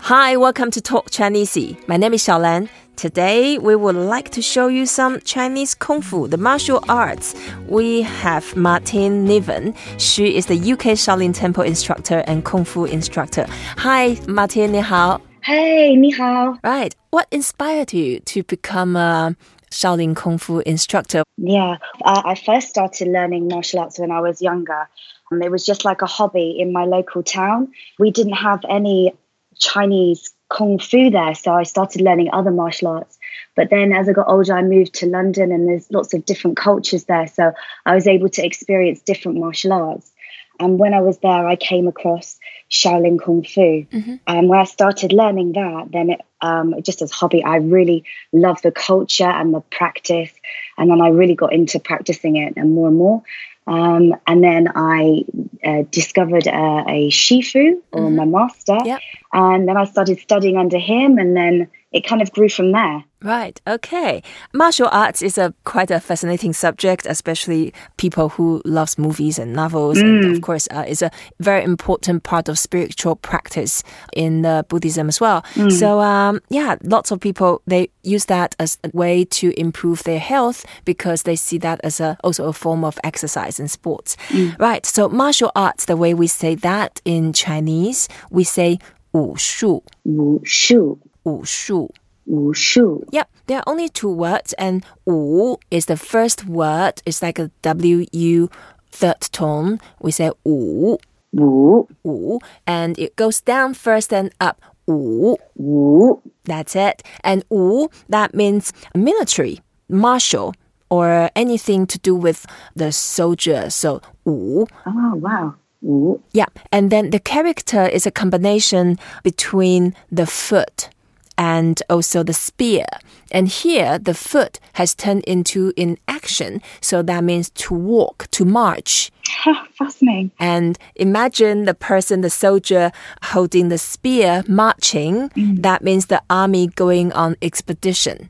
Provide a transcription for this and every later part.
Hi, welcome to Talk Chinese. My name is Xiaolan. Today, we would like to show you some Chinese Kung Fu, the martial arts. We have Martin Niven. She is the UK Shaolin Temple instructor and Kung Fu instructor. Hi, Martin, 你好. Hey, 你好. Right. What inspired you to become a Shaolin Kung Fu instructor? Yeah, uh, I first started learning martial arts when I was younger. Um, it was just like a hobby in my local town. We didn't have any Chinese kung fu there, so I started learning other martial arts. But then as I got older, I moved to London and there's lots of different cultures there, so I was able to experience different martial arts. And when I was there, I came across Shaolin Kung Fu. Mhm. And when I started learning that, then it, um, just as a hobby, I really loved the culture and the practice. And then I really got into practicing it and more and more. Um, and then I uh, discovered uh, a Shifu or Mhm. my master. Yep. And then I started studying under him. And then it kind of grew from there. Right. Okay. Martial arts is a quite a fascinating subject, especially people who loves movies and novels, and of course, uh, it's a very important part of spiritual practice in uh, Buddhism as well. So, um, yeah, lots of people they use that as a way to improve their health because they see that as a also a form of exercise and sports. Right. So, martial arts, the way we say that in Chinese, we say 武术,武术,武术.武术. Yep, there are only two words, and wu is the first word. It's like a W U third tone. We say wu, 武 wu, and it goes down first and up. Wu, 武 that's it. And wu, that means military, martial, or anything to do with the soldier. So wu Oh wow. 武 yeah, and then the character is a combination between the foot and also the spear. And here, the foot has turned into in action, so that means to walk, to march. Fascinating. And imagine the person, the soldier holding the spear marching. Mm. That means the army going on expedition.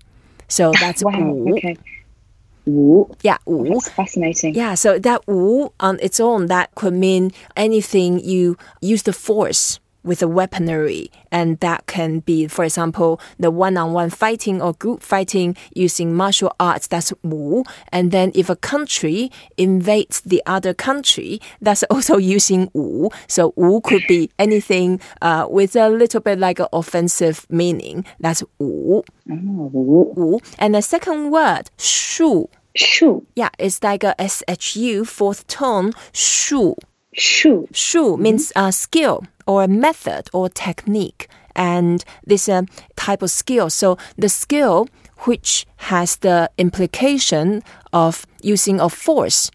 So that's Wow. wu. Okay. 武 Yeah, wu. That's fascinating. Yeah, so that wu on its own that could mean anything you use the force with a weaponry and that can be for example the one-on-one fighting or group fighting using martial arts that's wu and then if a country invades the other country that's also using wu so wu could be anything uh, with a little bit like an offensive meaning that's wu 武 wu and the second word shu 术 yeah, it's like a SHU fourth tone. Shu. 术 Shu means uh, skill or method or technique. And this um, type of skill. So the skill which has the implication of using of force,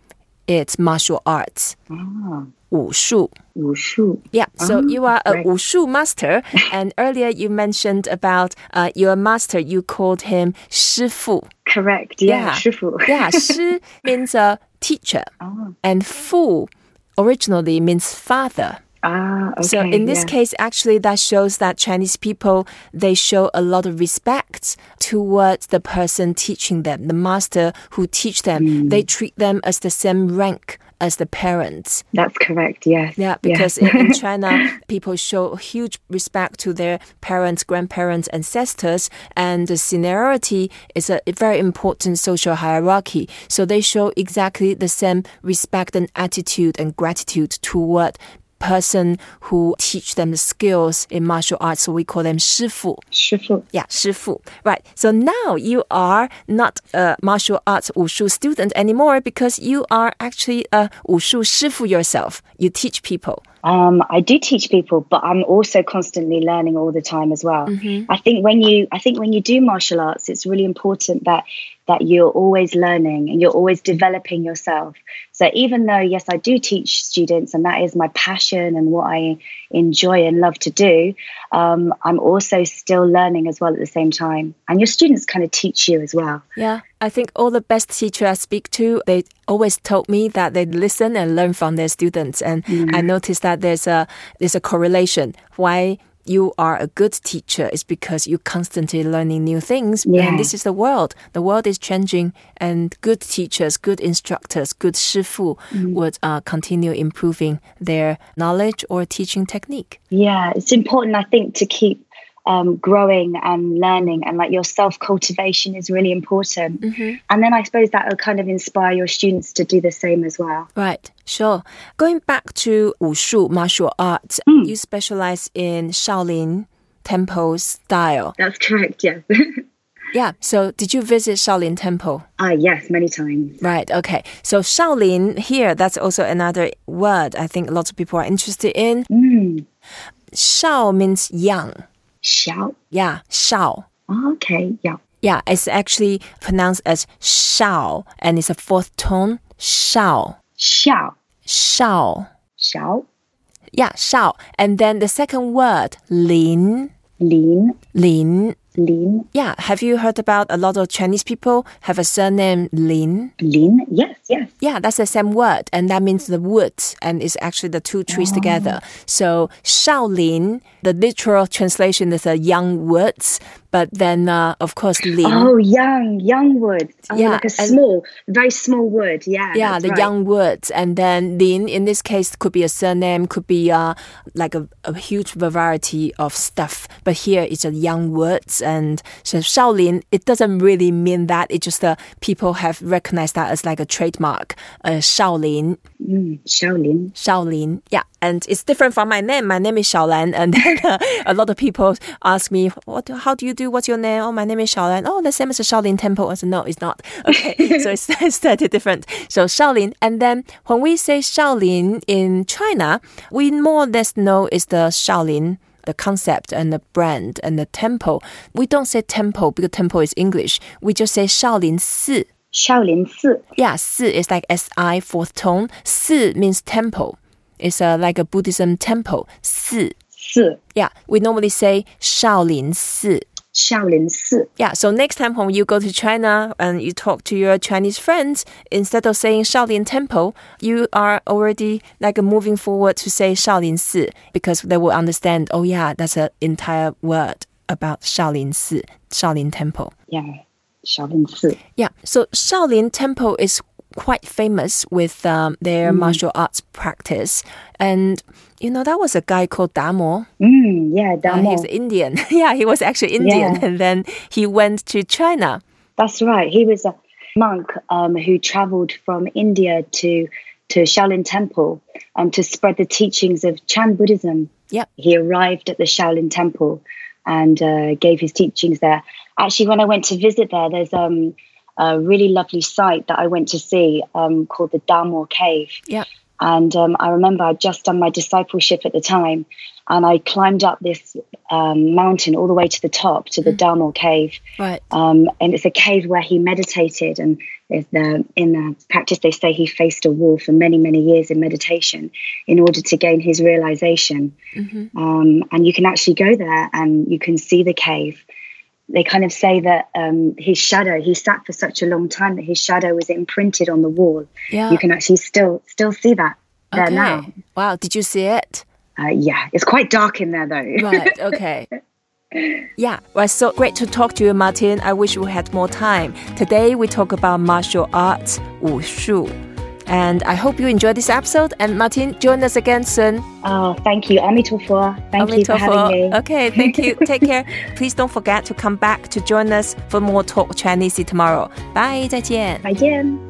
it's martial arts. Ah, 武术.武术 Yeah, so you are a right. wushu master, and earlier you mentioned about uh, your master. You called him 师傅. correct. Yeah, 师傅 Oh. yeah, 师 means a teacher, and fu originally means father. Ah, okay. So in this yeah. case, actually, that shows that Chinese people they show a lot of respect towards the person teaching them, the master who teach them. They Mm. treat them as the same rank as the parents. that's correct. Yes. Yeah, because in- in China, people show huge respect to their parents, grandparents, ancestors, and the seniority is a very important social hierarchy. So they show exactly the same respect and attitude and gratitude toward person who teach them the skills in martial arts. So we call them 师傅.师傅 Yeah, 师傅. Right. So now you are not a martial arts wushu student anymore because you are actually a wushu 师傅 yourself. You teach people. Um, I do teach people, but I'm also constantly learning all the time as well. I think when you, I think when you do martial arts, it's really important that that you're always learning and you're always developing yourself. So even though yes, I do teach students, and that is my passion and what I enjoy and love to do, um, I'm also still learning as well at the same time. And your students kind of teach you as well. Yeah, I think all the best teacher I speak to, they always told me that they listen and learn from their students, and I noticed that there's a there's a correlation. Why you are a good teacher is because you're constantly learning new things, Yeah. and this is the world. The world is changing, and good teachers, good instructors, good shifu would uh, continue improving their knowledge or teaching technique. Yeah, it's important, I think, to keep um, growing and learning and like your self cultivation is really important. Mm-hmm. And then I suppose that will kind of inspire your students to do the same as well. Right, sure. Going back to wushu, martial art, mm. you specialize in Shaolin temple style. That's correct, yes. Yeah. So, did you visit Shaolin Temple? Ah, uh, yes, many times. Right. Okay. So, Shaolin here, that's also another word I think a lot of people are interested in. Mm. Shao means yang. Shao. Yeah. Shao. Oh, okay. Yeah. Yeah. It's actually pronounced as Shao, and it's a fourth tone. Shao. Shao. Shao. Shao. Yeah. Shao. And then the second word, Lin. Lin. Lin. Lin. Yeah. Have you heard about a lot of Chinese people have a surname Lin? Lin, yes, yes. Yeah, that's the same word, and that means the wood, and it's actually the two trees oh. together. So Shaolin, the literal translation is a young woods, but then uh, of course Lin. Oh, young, young wood. Oh, yeah, like a small, very small wood. Yeah. Yeah, the right. young woods, and then Lin in this case could be a surname, could be uh, like a, a huge variety of stuff, but here it's a young woods and so Shaolin, it doesn't really mean that. It just uh, people have recognized that as like a trademark. Uh, Shaolin. Mm, Shaolin. Shaolin. Yeah, and it's different from my name. My name is Shaolan, and then, uh, a lot of people ask me, "What? Do, how do you do? What's your name?" Oh, my name is Shaolan. Oh, the same as the Shaolin Temple. I said, "No, it's not." Okay, so it's, it's slightly different. So Shaolin, and then when we say Shaolin in China, we more or less know is the Shaolin the concept and the brand and the temple. We don't say temple because temple is English. We just say Shaolin Si. Shaolin Si. Yeah, Si is like S I fourth tone. Si means temple. It's a, like a Buddhism temple. Si. Si. Yeah, we normally say Shaolin Si. Shaolin Si. Yeah, so next time when you go to China and you talk to your Chinese friends, instead of saying Shaolin Temple, you are already like moving forward to say Shaolin Si because they will understand, oh yeah, that's an entire word about Shaolin Si, Shaolin Temple. Yeah, Shaolin Si. Yeah, so Shaolin Temple is quite famous with um, their mm. martial arts practice. And you know, that was a guy called Damo. Mm, yeah, Damo. Uh, he's Indian. yeah, he was actually Indian. Yeah. And then he went to China. That's right. He was a monk um, who traveled from India to, to Shaolin Temple um, to spread the teachings of Chan Buddhism. Yep. He arrived at the Shaolin Temple and uh, gave his teachings there. Actually, when I went to visit there, there's um, a really lovely site that I went to see um, called the Damo Cave. Yeah. And um, I remember I'd just done my discipleship at the time, and I climbed up this um, mountain all the way to the top to the mm. Dharma Cave. Right. Um, and it's a cave where he meditated, and the, in the practice they say he faced a wall for many many years in meditation in order to gain his realization. Mm-hmm. and you can actually go there and you can see the cave. They kind of say that um, his shadow. He sat for such a long time that his shadow was imprinted on the wall. Yeah. You can actually still still see that there okay. now. Wow, did you see it? Uh, yeah, it's quite dark in there though. right, okay. Yeah, well, so great to talk to you, Martin. I wish we had more time. Today we talk about martial arts, wushu. And I hope you enjoyed this episode. And Martin, join us again soon. Oh, thank you. Amitofo. Thank Amitofo. you for having me. Okay, thank you. Take care. Please don't forget to come back to join us for more Talk Chinese tomorrow. Bye, 再见.再见.